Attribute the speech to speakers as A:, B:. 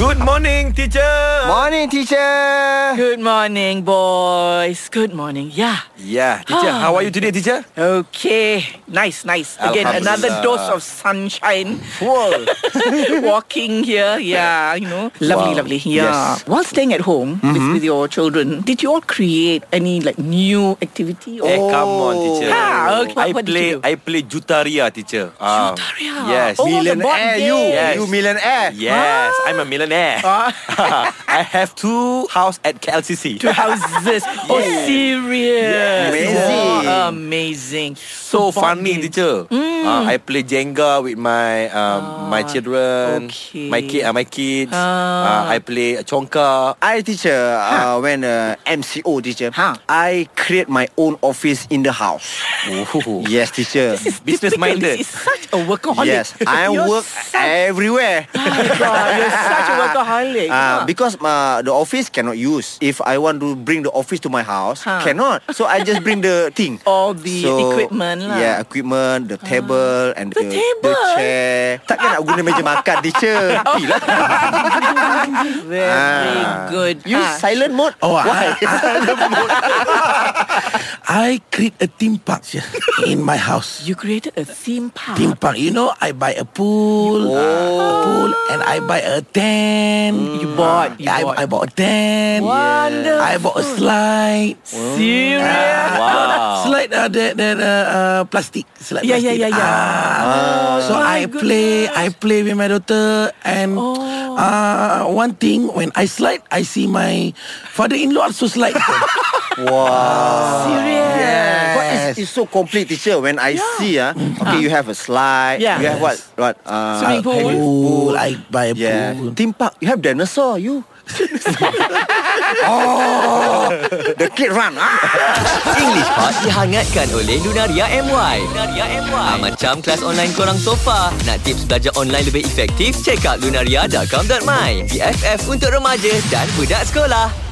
A: Good morning, teacher.
B: Morning teacher.
C: Good morning, boys. Good morning. Yeah.
A: Yeah, Ya, teacher. how are you today, teacher?
C: Okay. Nice, nice. Again, another
A: Alhamdulillah.
C: dose of sunshine. Whoa. Walking here. Yeah, you know. Lovely,
A: Wow.
C: lovely. Yeah.
A: Yes. Mm-hmm.
C: While staying at home with, with your children, did you all create any like new
A: Eh,
C: activity or
A: come on, teacher.
C: Ah, Oh. okay. What-
A: I
C: what did
A: play.
C: you do?
A: I play jutaria, teacher. Ah.
C: Jutaria?
A: Yes. Eh,
C: Oh, the board
B: Millionaire
C: game. Ah.
B: you.
A: Yes.
B: You millionaire.
A: Yes, I'm a millionaire. I have two house at KLCC.
C: to houses? Oh, serious.
B: Amazing.
C: Wow, amazing.
A: So
C: Board
A: funny,
C: games. Mm.
A: teacher. Ah, I play Jenga with my um, my children,
C: Ah, okay.
A: my kid, uh, my kids.
C: Ah.
A: Ah, I play chonka.
B: I teacher
C: Ha.
B: uh, when uh, MCO teacher.
C: Huh.
B: I create my own office in the house.
A: Oh.
B: Yes teacher.
A: Business
C: Typical,
A: minded.
C: This is such a workaholic.
B: Yes, I
C: You're
B: work
C: Such,
B: everywhere.
C: my God, you're such a workaholic.
B: Uh,
C: Ah.
B: because uh, the office cannot use. If I want to bring the office to my house,
C: Huh.
B: cannot. So I just bring the thing.
C: all Ha. the
B: So,
C: equipment lah.
B: Yeah, equipment, the table and
C: The
B: the, the
C: table?
B: chair. Takkan nak guna meja makan, teacher. Tepi lah.
C: Ah. Very
B: Ah.
C: good.
B: You
C: Ah.
B: silent mode?
D: Oh, Why? I, I create a theme park here in my house.
C: you created a theme park.
D: Theme park, you know, I buy a
C: Oh.
D: pool, a pool, and I buy a tent.
C: You bought, Mm. you
D: I,
C: bought.
D: I bought a tent.
C: Wonderful.
D: I bought a slide.
C: Serious.
A: Wow.
D: Slide uh, that that uh, uh, plastic. Slide
C: Yeah, yeah,
D: plastic.
C: yeah, yeah.
D: Ah. so
C: my Oh.
D: I play, I play with my daughter, and uh, one thing when I slide, I see my father-in-law also slide.
B: Wow.
C: Serious.
B: But it's, it's so complete, teacher. When I see, ah, okay, you have a slide.
C: Yeah.
B: You have what? What? Uh,
C: Swimming pool.
D: Having pool, I buy a
B: Yeah.
D: pool.
B: Theme park. You have dinosaur. You. oh, the kid run. Ah.
E: English Hot dihangatkan oleh Lunaria MY. Lunaria MY. Ah, macam kelas online korang sofa. Nak tips belajar online lebih efektif? Check out lunaria.com.my. BFF untuk remaja dan budak sekolah.